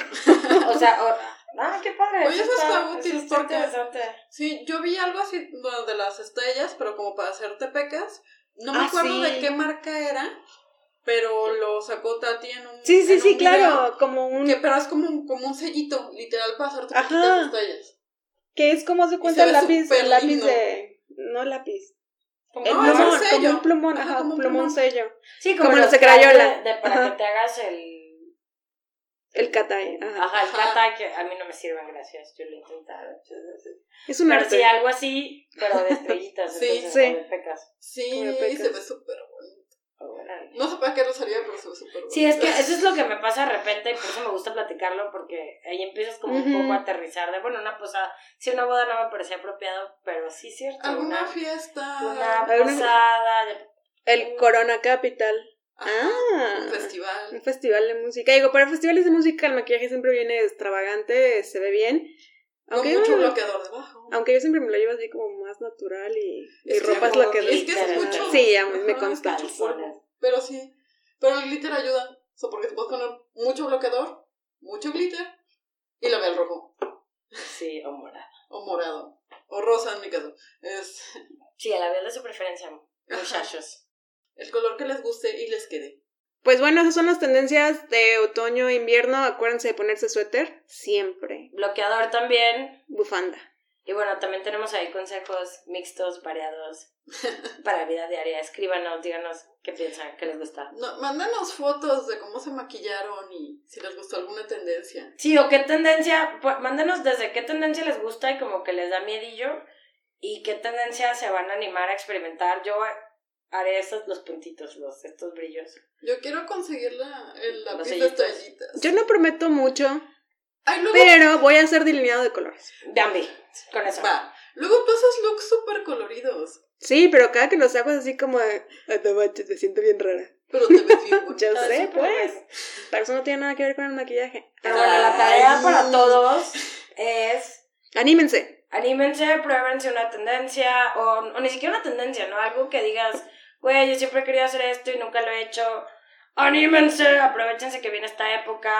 S2: O sea, o- ah, qué padre.
S3: Oye, eso está útil,
S2: eso está
S3: porque-
S2: interesante.
S3: Sí, yo vi algo así lo de las estrellas, pero como para hacerte pecas. No me
S1: Ah,
S3: acuerdo
S1: sí.
S3: de qué marca era, pero lo sacó Tati en un.
S1: Sí, sí,
S3: en
S1: sí,
S3: un video,
S1: claro, como un
S3: Que, pero es como, un- como un sellito, literal, para hacerte
S1: Ajá.
S3: pequitas estrellas.
S1: que es como se cuenta el
S3: ve
S1: lápiz,
S3: súper
S1: el lápiz
S3: lindo.
S1: de no lápiz,
S2: Como-
S1: el
S3: No, es un
S1: plumón, como
S3: sello.
S1: un plumón,
S3: Ajá,
S1: ajá,
S3: como un
S1: plumón,
S3: plumón.
S1: sello,
S2: Sí,
S1: Como los de
S2: que hay
S1: Crayola.
S2: De, de para
S1: Ajá.
S2: que te hagas el.
S1: el katay, ajá.
S2: Ajá, el
S3: Ajá.
S2: kata que a mí no me sirven, gracias. Yo lo he intentado.
S1: Es un
S2: Pero
S1: arte.
S2: sí, algo así, pero de estrellitas.
S3: Sí,
S2: entonces,
S1: sí.
S2: o de pecas.
S3: Sí,
S1: Como de
S3: y se
S1: pecas.
S3: ve súper bonito.
S2: Órale.
S3: No sé para qué lo servía, pero se ve súper bonito.
S2: Sí, es que eso es lo que me pasa de repente y por eso me gusta platicarlo porque ahí empiezas como un
S1: Ujú.
S2: poco a aterrizar de, bueno, una posada, si una boda no me parecía apropiado, pero sí cierto,
S1: Ah,
S3: ¿Alguna
S2: una,
S3: fiesta?
S2: una
S1: Alguna-
S2: posada, de-
S1: El Corona Capital.
S3: Ajá,
S1: Ah.
S3: Un
S1: Un
S3: festival.
S1: festival de música. Digo, para festivales de música el maquillaje siempre viene extravagante, se ve bien. Aunque,
S3: Con mucho
S1: bueno,
S3: bloqueador debajo.
S1: aunque yo siempre me lo llevo así como más natural y mi
S3: Es que
S1: ropa es la que...
S2: como-
S3: Es que es
S2: Glitter,
S3: mucho.
S1: Sí, ya me- me
S3: Ajá, es que
S1: consta.
S3: es mucho polvo.
S2: Calzones.
S3: Pero sí. Pero el glitter ayuda. O sea, porque te puedes poner mucho bloqueador, mucho glitter y la el rojo.
S2: sí, o morada.
S3: O morado. O rosa en mi caso. Es
S2: Sí, a la vez de su preferencia, muchachos.
S3: el color que les guste y les quede.
S1: Pues bueno, esas son las tendencias de otoño e invierno. Acuérdense de ponerse suéter siempre.
S2: Bloqueador también,
S1: Bufanda.
S2: Y bueno, también tenemos ahí consejos mixtos, variados, para vida diaria. Escríbanos, díganos qué piensan, qué les gusta.
S3: No, mándanos fotos de cómo se maquillaron y si les gustó alguna tendencia.
S2: Sí, o qué tendencia, pu- mándenos desde qué tendencia les gusta y como que les da miedillo y qué tendencia se van a animar a experimentar. Yo haré estos, los puntitos, los, estos brillos.
S3: Yo quiero conseguir la,
S2: Los
S3: el lápiz de
S2: sellitos.
S3: estrellitas.
S1: Yo no prometo mucho,
S3: Ay, luego,
S1: pero voy a hacer delineado de colores.
S2: Bambi, con eso.
S3: va. Luego tú haces looks súper coloridos.
S1: Sí, pero cada que los hago es así como de... "Ah, no manches, me siento bien rara.
S3: Pero te ves bien bonita.
S1: Yo
S2: Todo
S1: sé,
S2: súper
S1: pues.
S2: bueno.
S1: Pero eso no tiene nada que ver con el maquillaje.
S3: Ah,
S2: Pero bueno, la tarea para todos es
S1: Anímense.
S2: Anímense, pruébense una tendencia, o, o ni siquiera una tendencia, ¿no? Algo que digas, güey, yo siempre quería hacer esto y nunca lo he hecho. Anímense, aprovechense que viene esta época.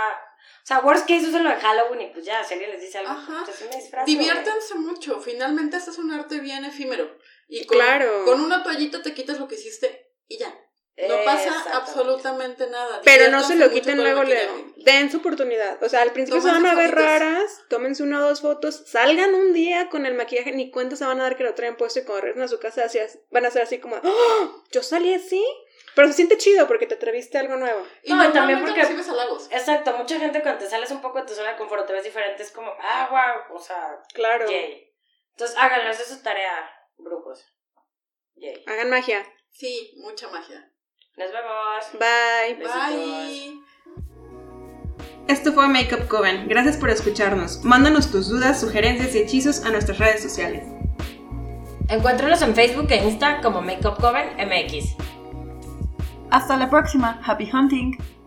S2: O sea, worst case, úsenlo en Halloween y pues ya, si alguien les dice algo,
S3: Ajá.
S2: entonces me disfrazo.
S3: Diviértanse mucho, finalmente este es un arte bien efímero. Y con,
S1: Claro.
S3: con una toallita te quitas lo que hiciste y ya.
S2: güey.
S3: No
S2: Exacto.
S3: pasa absolutamente nada.
S1: Pero no se lo
S3: Diviértanse
S1: quiten
S3: mucho
S1: luego,
S3: con el
S1: Leo.
S3: maquillaje.
S1: Den su oportunidad. O sea, al principio se
S3: Tómense
S1: van a ver
S3: fotitos.
S1: raras, tómense una o dos fotos, salgan un día con el maquillaje, ni cuenta se van a dar que lo traen puesto y cuando regresen a su casa así as- van a ser así como, "¡Oh! yo salí así. Pero se siente chido porque te atreviste a algo nuevo.
S3: Y
S2: No, y
S3: normalmente
S2: también porque-
S3: recibes halagos.
S2: Exacto, mucha gente cuando te sales un poco de tu zona de confort, te ves diferente, es como, ah, wow, o sea,
S1: Claro.
S2: yay. Entonces háganlo, esa es su tarea, brujos. Yay.
S1: Hagan magia.
S3: Sí, mucha magia.
S2: Nos vemos.
S1: Bye.
S2: Besitos.
S3: Bye.
S1: Esto fue Makeup Coven. Gracias por escucharnos. Mándanos tus dudas, sugerencias y hechizos a nuestras redes sociales.
S2: Encuéntranos en Facebook e Insta como Makeup Coven MX.
S4: Hasta la próxima. Happy hunting.